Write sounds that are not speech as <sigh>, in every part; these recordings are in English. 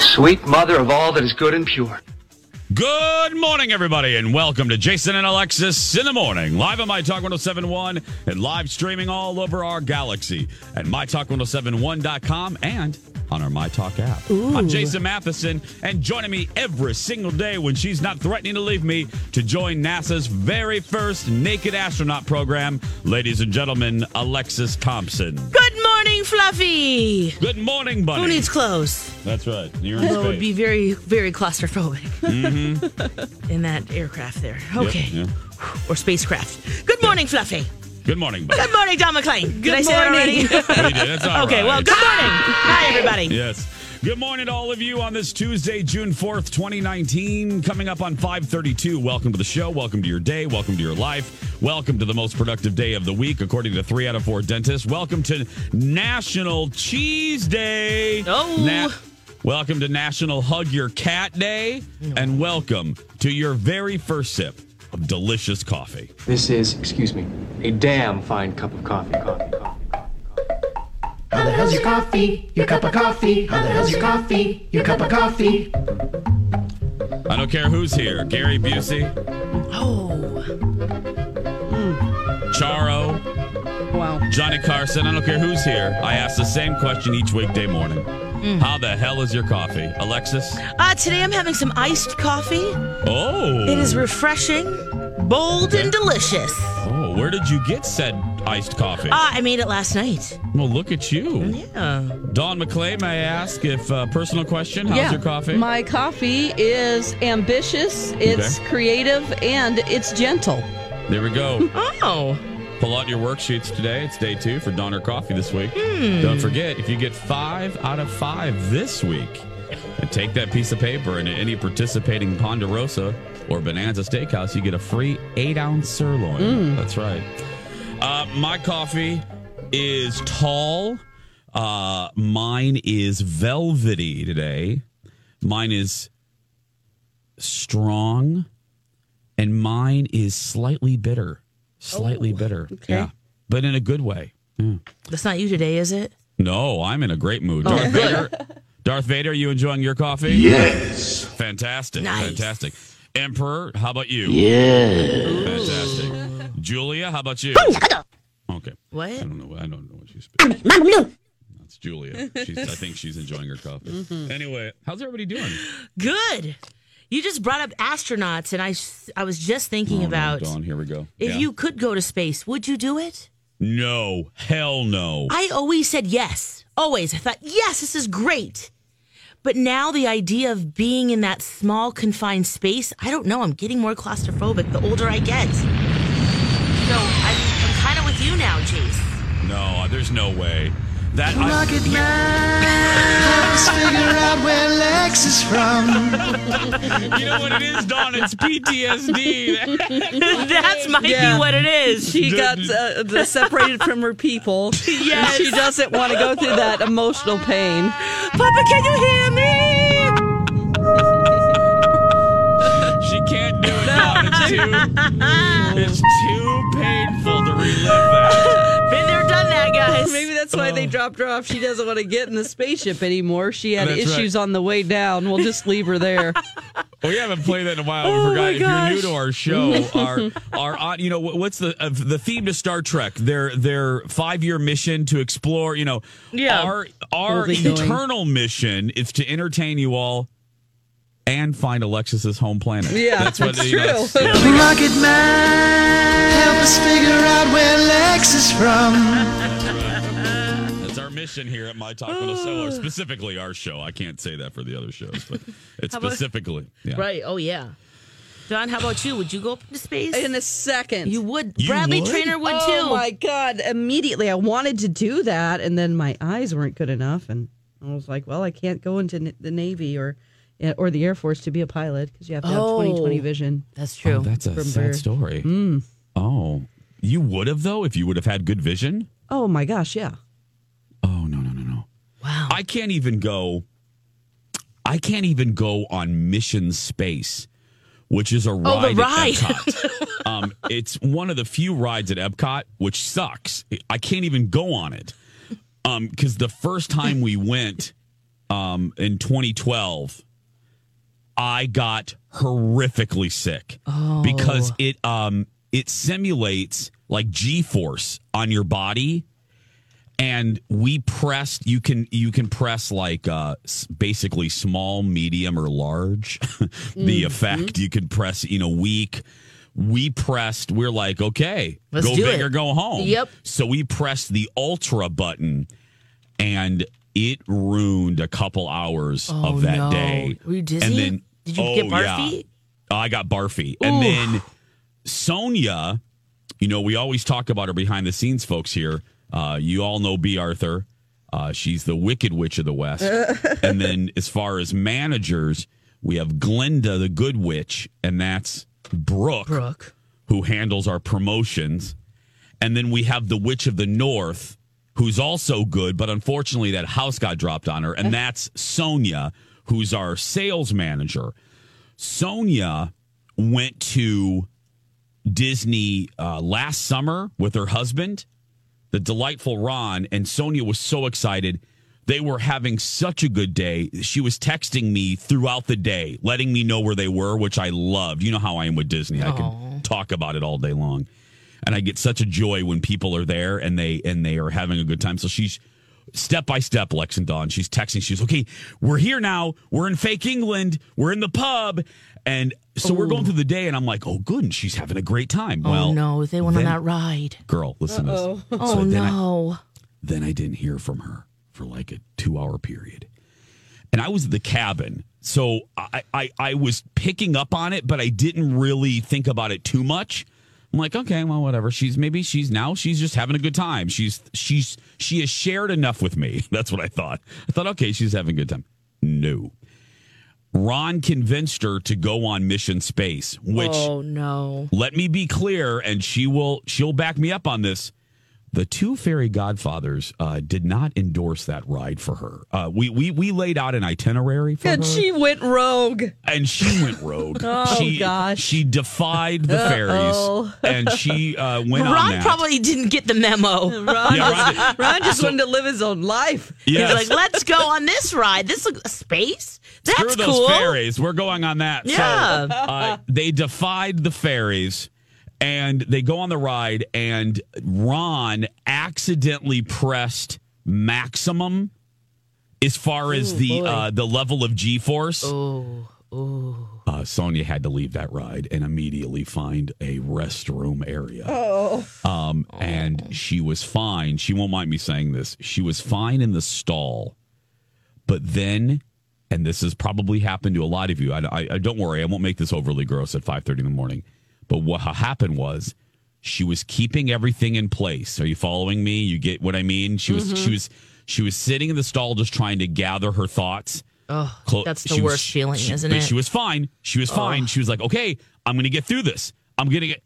Sweet mother of all that is good and pure. Good morning, everybody, and welcome to Jason and Alexis in the morning, live on My Talk 1071 and live streaming all over our galaxy at MyTalk1071.com and on our My Talk app. I'm Jason Matheson, and joining me every single day when she's not threatening to leave me to join NASA's very first naked astronaut program, ladies and gentlemen, Alexis Thompson. Good morning, Fluffy. Good morning, buddy. Who needs clothes? That's right. You're in Well, it would space. be very, very claustrophobic <laughs> in that aircraft there. Okay. yeah. Or spacecraft. Good morning, Fluffy. Good morning, <laughs> buddy. Good morning, Don McLean. Did I say that morning. already? We <laughs> did. It's all okay, well, right. good morning. Hi, everybody. Yes. Good morning to all of you on this Tuesday, June 4th, 2019. Coming up on 532. Welcome to the show. Welcome to your day. Welcome to your life. Welcome to the most productive day of the week, according to three out of four dentists. Welcome to National Cheese Day. Oh. welcome to National Hug Your Cat Day. And welcome to your very first sip of delicious coffee. This is, excuse me, a damn fine cup of coffee. Coffee. coffee. How the hell's your coffee? Your cup of coffee? How the hell's your coffee? Your cup of coffee? I don't care who's here Gary Busey, Oh, Charo. wow. Johnny Carson, I don't care who's here. I ask the same question each weekday morning. How the hell is your coffee, Alexis? Uh, today I'm having some iced coffee. Oh, It is refreshing, bold, and delicious. oh, where did you get said iced coffee? Ah, I made it last night. well, look at Mm-hmm. you, Yeah. Don McClain. May I ask if uh, personal question? How's yeah. your coffee? My coffee is ambitious, it's creative, and it's gentle. there we go. Oh. Pull out your worksheets today. It's day two for Donner Coffee this week. Don't forget, if you get five out of five this week, and take that piece of paper into any participating Ponderosa or Bonanza Steakhouse, you get a free eight ounce sirloin. That's right. Uh, my coffee is tall. Uh, mine is velvety today. Mine is strong, and mine is slightly bitter. Slightly Oh, bitter. Yeah. But in a good way. That's not you today, is it? No, I'm in a great mood. Oh, Darth Vader. Darth Vader, are you enjoying your coffee? Yes. Fantastic. Nice. Fantastic. Emperor, how about you? Yeah. Fantastic. Julia, how about you? Okay. What? I don't know. I don't know what she's speaking. That's Julia. She's, I think she's enjoying her coffee. Mm-hmm. Anyway, how's everybody doing? Good. You just brought up astronauts, and I, s- I was just thinking about Dawn, here we go. if Yeah. you could go to space, would you do it? No, hell no. I always said yes. Always. I thought, yes, this is great. But now the idea of being in that small, confined space, I don't know. I'm getting more claustrophobic the older I get. So I'm, I'm kind of with you now, Chase. No, uh, there's no way. That I, Rocket man, let's figure out where Lex is from. <laughs> you know what it is, Dawn? It's PTSD. <laughs> That's might be what it is. She got uh, the- separated from her people. <laughs> Yes. She doesn't want to go through that emotional pain. Papa, can you hear me? She can't do it. Dawn. It's too, it's too painful to relive that. <laughs> Been there, done that, guys. Maybe that's why Oh. they dropped her off. She doesn't want to get in the spaceship anymore. She had That's issues on the way down. We'll just leave her there. We haven't played that in a while. Oh, we forgot. my If you're new gosh. to our show, <laughs> our our aunt- you know what- what's the uh, the theme to Star Trek? Their their five year mission to explore. You know, Yeah. our our Where are they going? internal mission is to entertain you all and find Alexis's home planet. <laughs> Yeah, it's you know, true. <laughs> yeah. Rocket Man, help us figure out where Lex is from. That's our mission here at My Talk Minnesota, Ah. or specifically our show. I can't say that for the other shows, <laughs> but it's specifically. yeah. <laughs> Right. Oh yeah. Don, how about you? Would you go up into space? in a second. you would. You Bradley would? Trainer would <laughs> oh too. my god! Immediately, I wanted to do that, and then my eyes weren't good enough, and I was like, "Well, I can't go into n- the Navy or yeah, or the Air Force to be a pilot because you have to have Oh. 20/20 vision." That's true. That's a From Hmm. sad birth. story. Oh, you would have though if you would have had good vision. Oh my gosh! Yeah. Oh no no no no! wow. I can't even go. I can't even go on Mission Space, which is a ride. Oh, the At ride. <laughs> Epcot. um, it's one of the few rides at Epcot, which sucks. I can't even go on it. Um, because the first time we went, um, in 2012, I got horrifically sick Oh. because it um it simulates like G-force on your body and we pressed you can you can press like uh s- basically small medium or large <laughs> Mm-hmm. the effect you can press you know weak we pressed we're like okay Let's go do big it. or go home Yep. so we pressed the ultra button and it ruined a couple hours of that Oh, no. day Were you dizzy? and then Did you oh, get yeah. barfy? I got barfy. And then Sonia, you know, we always talk about her behind the scenes folks here. Uh, you all know B. Arthur. Uh, she's the Wicked Witch of the <laughs> West. and then as far as managers, we have Glinda, the Good Witch, and that's Brooke, Brooke. who handles our promotions. And then we have the Witch of the North, who's also good, but unfortunately that house got dropped on her. And that's Sonia, who's our sales manager. Sonia went to Disney uh, last summer with her husband, the delightful Ron, and Sonia was so excited. They were having such a good day. She was texting me throughout the day, letting me know where they were, which I loved. You know how I am with Disney. I can talk about it all day long. And I get such a joy when people are there and they and they are having a good time. So she's step by step, Lex and Dawn. She's texting. She's okay. We're here now. We're in fake England. We're in the pub, and so we're going through the day. And I'm like, oh, good. And she's having a great time. well, oh no, they went on then- that ride. girl, listen to this. Oh then I- no. then I didn't hear from her for like a two hour period. And I was at the cabin. So I, I, I was picking up on it, but I didn't really think about it too much. I'm like, okay, well, whatever. She's maybe she's now she's just having a good time. She's she's she has shared enough with me. <laughs> That's what I thought. I thought, okay, she's having a good time. No. Ron convinced her to go on Mission Space, which oh no. let me be clear and she will she'll back me up on this the two fairy godfathers uh, did not endorse that ride for her uh, we, we we laid out an itinerary for And her she went rogue. and she went rogue <laughs> Oh, she, gosh. she defied the fairies Uh-oh. and she uh, went on Ron that. probably didn't get the memo. Ron, Yeah, Ron did. Ron just wanted to live his own life. Yes. He's like, let's go on this ride. This looks space. Screw That's those cool. fairies. We're going on that. Yeah. So, uh, they defied the fairies and they go on the ride, and Ron accidentally pressed maximum as far as the uh, the level of G force. Oh, Uh, Sonia had to leave that ride and immediately find a restroom area. Oh. Um, and she was fine. She won't mind me saying this. She was fine in the stall, but then, and this has probably happened to a lot of you. I, I, I don't worry. I won't make this overly gross at five thirty in the morning. But what ha- happened was she was keeping everything in place. Are you following me? You get what I mean? She was Mm-hmm. she was she was sitting in the stall just trying to gather her thoughts. Oh, that's the worst feeling, isn't it? She was fine. She was fine. She was like, okay, I'm going to get through this. I'm going to get.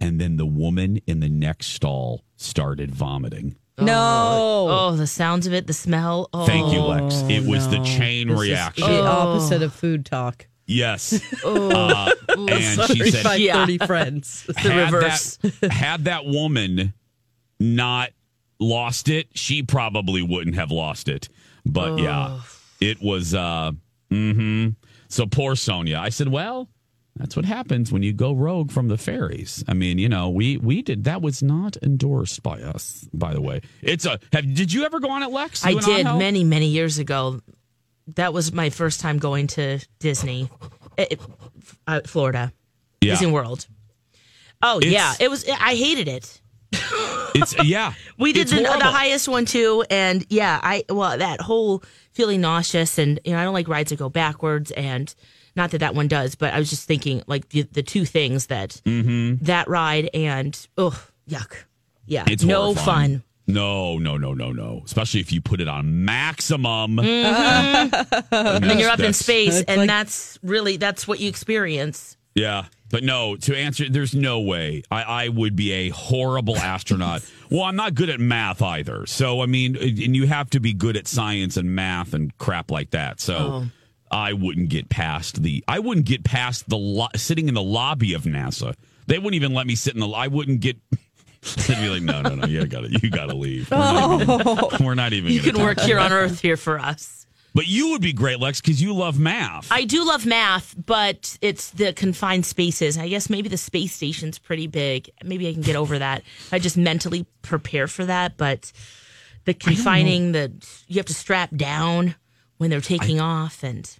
And then the woman in the next stall started vomiting. No. Oh, the sounds of it, the smell. Oh. Thank you, Lex. It was the chain This is reaction. the opposite of food talk. Yes. Uh, and she said, Sorry, Yeah. 530 <laughs> friends. had reverse. That, had that woman not lost it, she probably wouldn't have lost it. But yeah, it was. Uh, hmm So poor Sonia. I said, well, that's what happens when you go rogue from the fairies. I mean, you know, we we did that was not endorsed by us. By the way, it's a. Have did you ever go on it, Lex? I You and did Angel? many, many years ago. that was my first time going to Disney, eh, eh, uh, Florida, Yeah. Disney World. Oh yeah, It's- it was. I hated it. It's <laughs> yeah. We did It's the, the horrible. highest one too, and yeah, I well that whole feeling nauseous, and you know I don't like rides that go backwards, and not that that one does, but I was just thinking like the, the two things that that ride and oh yuck, yeah, Mm-hmm. It's no horrifying. fun. No, no, no, no, no. Especially if you put it on maximum. and When Mm-hmm. you're up in that's- space, It's and like- that's really that's what you experience. Yeah. But no, to answer, there's no way I, I would be a horrible astronaut. well, I'm not good at math either. So, I mean, and you have to be good at science and math and crap like that. So. Oh. I wouldn't get past the. I wouldn't get past the lo- sitting in the lobby of NASA. They wouldn't even let me sit in the. I wouldn't get. <laughs> They'd be like, no, no, no. You gotta, you gotta leave. We're not <laughs> even. We're not even Oh. You gonna can work here <laughs> on Earth here for us. But you would be great, Lex, because you love math. I do love math, but it's the confined spaces. I guess maybe the space station's pretty big. Maybe I can get over that. I just mentally prepare for that, but the confining, the you have to strap down when they're taking off, and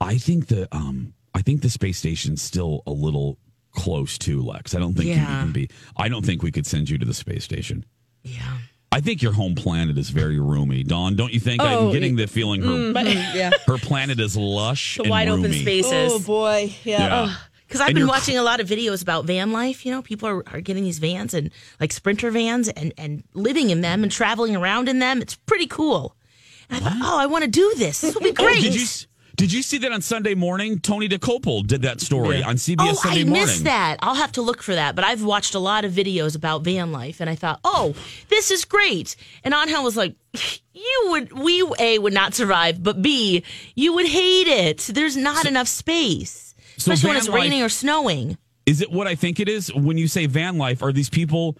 I think the um I think the space station's still a little close to Lex. I don't think you Yeah. can be I don't think we could send you to the space station. yeah, I think your home planet is very roomy, Dawn. Don't you think? I'm Oh, mm-hmm, getting the feeling her <laughs> yeah. her planet is lush the and wide open roomy. Oh spaces. boy. Yeah. Oh, Yeah. Because I've And been you're- watching a lot of videos about van life. You know, people are, are getting these vans and like sprinter vans and and living in them and traveling around in them. It's pretty cool. And I thought, oh, I want to do this. This will be Oh, great. did you s- did you see that on Sunday morning? Tony DeCopel did that story on CBS Oh, Sunday I morning. missed that. I'll have to look for that. But I've watched a lot of videos about van life, and I thought, oh, this is great. And Angel was like, you would, we a would not survive, but b you would hate it. There's not enough space, so especially when van it's life- raining or snowing. Is it what I think it is? When you say van life, are these people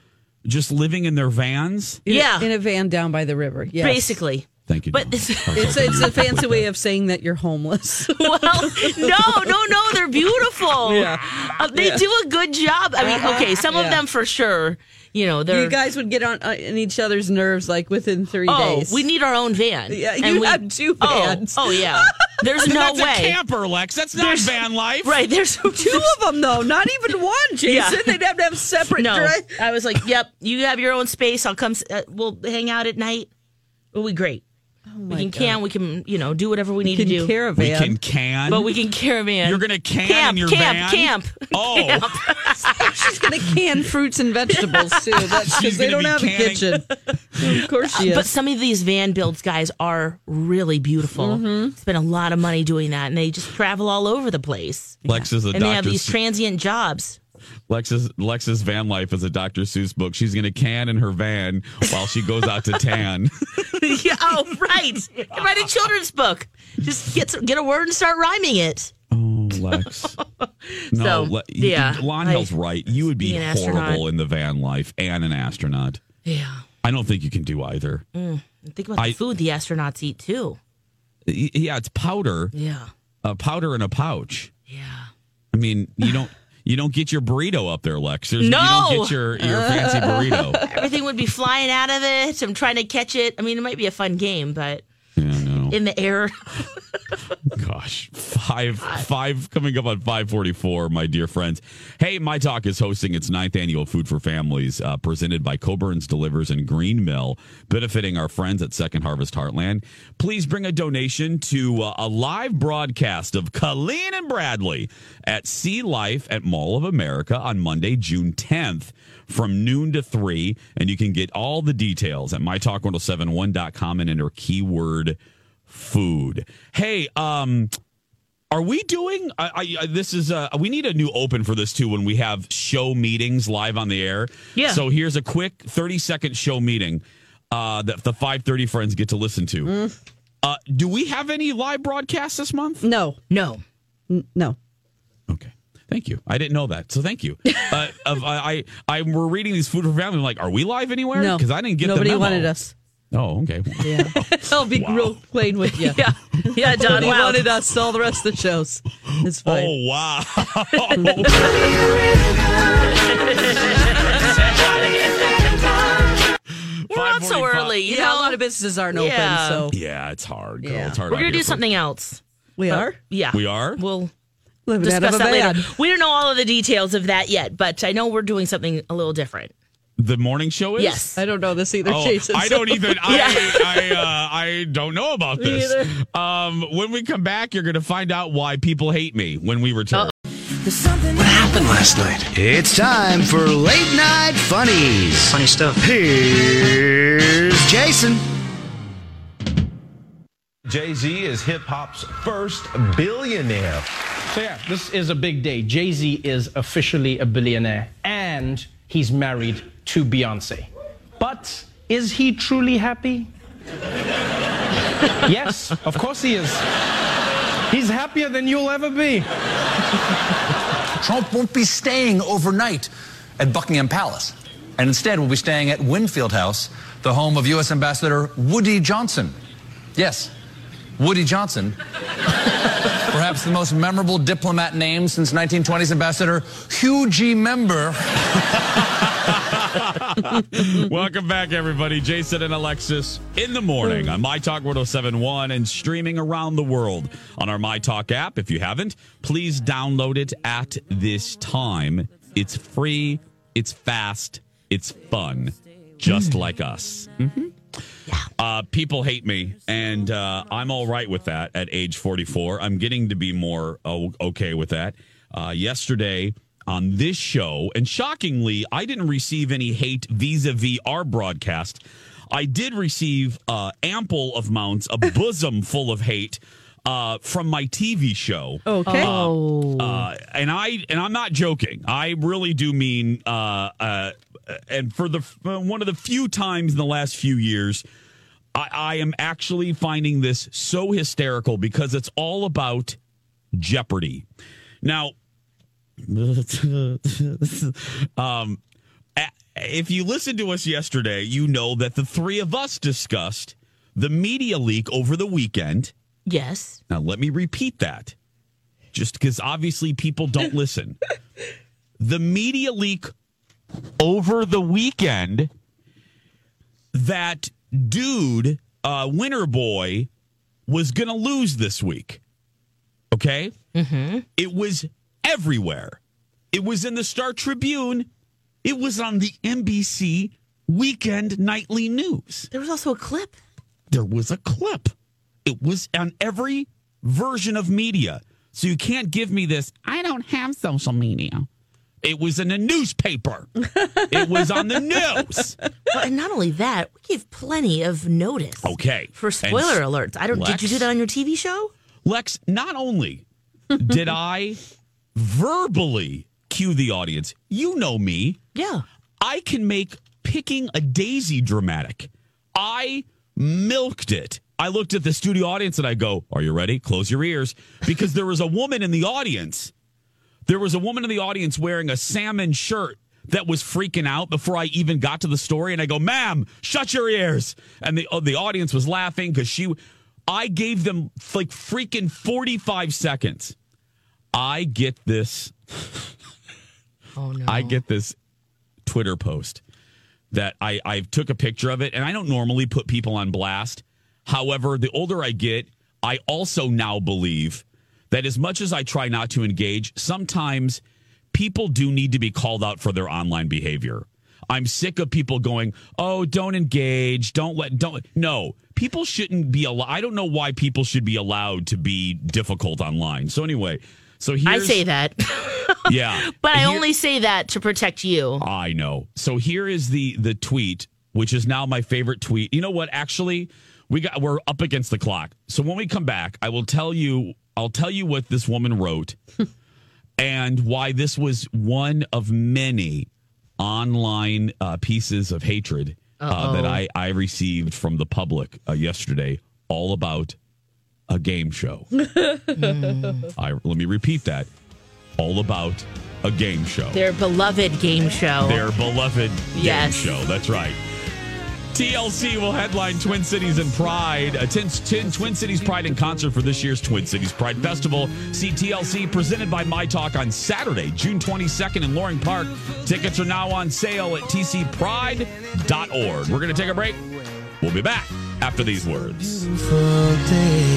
just living in their vans? In a- Yeah. In a van down by the river. Yes. Basically, <laughs> Thank you. Dawn. But this- I was It's a, hoping you it's a would click fancy way that. of saying that you're <laughs> homeless. well, no, no, no, they're beautiful. Uh, they <laughs> Yeah. Uh-huh. do a good job. I mean, okay, some of Yeah. them for sure. You know, they're you guys would get on uh, in each other's nerves like within three oh, days. we need our own van. Yeah, And you we- have two Oh, vans. Oh, <laughs> yeah. There's no That's way. a camper, Lex. That's not van life. Right. There's <laughs> <laughs> two of them though, not even one, Jason. Yeah. They'd have to have separate. No, dri- I was like, "Yep, you have your own space. I'll come. s- Uh, we'll hang out at night. It'll be great. Oh we can can. We can you know do whatever we need Can to do. We caravan. can can. but we can caravan. You're gonna can camp, in your van. camp, camp. <laughs> Oh, She's gonna <laughs> can fruits and vegetables too. She's Because they gonna don't be have canning. a <laughs> kitchen. of course she is. But some of these van builds guys are really beautiful. Mm-hmm. Spend a lot of money doing that, and they just travel all over the place. <laughs> Lex is a and they have Dr. these Seuss- transient jobs. Lex's Lex's van life is a Dr. Seuss book. She's gonna can in her van while she goes out <laughs> to tan. yeah, oh, right. <laughs> Write a children's book. Just get some, get a word and start rhyming it. oh, Lex. No, So, Le- yeah, Lon I- Hill's right. You would be Be an horrible astronaut. in the van life and an astronaut. Yeah. I don't think you can do either. Mm. Think about I- the food the astronauts eat too. Y- Yeah, it's powder, Yeah. uh, powder in a pouch. Yeah. I mean, you don't you don't get your burrito up there, Lex. There's, You don't No! get your your fancy <laughs> burrito. Everything would be flying out of it. I'm trying to catch it. I mean, it might be a fun game, but Yeah, no. in the air. <laughs> Gosh, five five coming up on five forty four, my dear friends. Hey, my talk is hosting its ninth annual Food for Families, uh, presented by Coburn's Delivers and Green Mill, benefiting our friends at Second Harvest Heartland. Please bring a donation to uh, a live broadcast of Colleen and Bradley at Sea Life at Mall of America on Monday, June tenth, from noon to three, and you can get all the details at mytalk1071.com and enter keyword food. Hey, um, are we doing? I, I, I this is uh we need a new open for this too when we have show meetings live on the air. Yeah. So here's a quick thirty second show meeting uh, that the five thirty friends get to listen to. Mm. Uh, do we have any live broadcasts this month? no, No. no. Mm. Okay. Thank you. I didn't know that, so thank <laughs> you. Uh, of, I, I, I, we're reading these food for family. I'm like, are we live anywhere? No. because I didn't get. the Nobody memo. wanted us. <laughs> Oh, okay. Yeah. I'll be real plain with you. <laughs> Yeah. Yeah, Don. Nobody Wow. wanted us all the rest of the shows. It's <laughs> fine. Oh wow. <laughs> We're on out so 8:45. early. You yeah, know? a lot of businesses aren't Yeah. open, so Yeah, it's hard, girl. Yeah. It's hard. We're out gonna here do for- something else. we uh, But- are Yeah, We are? We'll living out of discuss a that van. later. We don't know all of the details of that yet, but I know we're doing something a little different. The morning show is? Yes. I don't know this either, Oh, Jason. I don't so- even. I I, uh, I don't know about this. Um, when we come back, you're going to find out why people hate me when we return. What happened last night? It's time for late night funnies. Funny stuff. Here's Jason. Jay Z is hip hop's first billionaire. So yeah, this is a big day. Jay Z is officially a billionaire, and he's married to Beyonce. But is he truly happy? <laughs> yes, of course he is. He's happier than you'll ever be. Trump won't be staying overnight at Buckingham Palace, and instead will be staying at Winfield House, the home of U.S. Ambassador Woody Johnson. Yes, Woody Johnson. <laughs> Perhaps the most memorable diplomat name since 1920s Ambassador Hugh G. Member. <laughs> Welcome back, everybody. Jason and Alexis in the morning on My Talk 1071 and streaming around the world on our My Talk app. If you haven't, please download it at this time. It's free, it's fast, it's fun, just like us. Uh, people hate me, and uh, I'm all right with that at age 44. I'm getting to be more o- okay with that. Uh, yesterday on this show, and shockingly, I didn't receive any hate vis a vis our broadcast. I did receive uh, ample amounts, a bosom full of <laughs> hate uh, from my TV show. Okay. Uh, and I and I'm not joking. I really do mean. Uh, uh, and for the for one of the few times in the last few years, I, I am actually finding this so hysterical because it's all about Jeopardy. Now, <laughs> um, a- if you listened to us yesterday, you know that the three of us discussed the media leak over the weekend. Yes. Now, let me repeat that just because obviously people don't listen. The media leak over the weekend that dude, uh, Winter Boy, was going to lose this week. Okay? It was everywhere. It was in the Star Tribune. It was on the NBC weekend nightly news There was also a clip. there was a clip. It was on every version of media. So you can't give me this, I don't have social media. It was in a <laughs> newspaper. it was on the news. Well, and not only that, we gave plenty of notice. Okay. For And spoiler s- alerts. I don't did Lex? you do that on your TV show? Lex, not only did I verbally cue the audience, you know me. Yeah. I can make picking a daisy dramatic. I milked it. I looked at the studio audience and I go, Are you ready? Close your ears. Because there was a woman in the audience. There was a woman in the audience wearing a salmon shirt that was freaking out before I even got to the story. And I go, Ma'am, shut your ears. And the, oh, the audience was laughing because she, I gave them like freaking 45 seconds. I get this Oh no. I get this Twitter post that I I took a picture of it, and I don't normally put people on blast. However, the older I get, I also now believe that as much as I try not to engage, sometimes people do need to be called out for their online behavior. I'm sick of people going, "Oh, don't engage, don't let don't no." People shouldn't be allowed. I don't know why people should be allowed to be difficult online. So anyway, so I here's say that. <laughs> yeah, but I Here- only say that to protect you. I know. So here is the the tweet, which is now my favorite tweet. You know what? Actually, we got we're up against the clock. So when we come back, I will tell you I'll tell you what this woman wrote and why this was one of many online uh, pieces of hatred uh, that I, I received from the public uh, yesterday, all about a game show. I, let me repeat that. All about a game show Their beloved game show. their beloved game Yes. show. That's right. TLC will headline Twin Cities and Pride. Attend Twin Cities Pride in concert for this year's Twin Cities Pride Festival. See TLC presented by My Talk on Saturday, June 22nd in Loring Park. Tickets are now on sale at tcpride.org. We're going to take a break. We'll be back after these words. Beautiful day.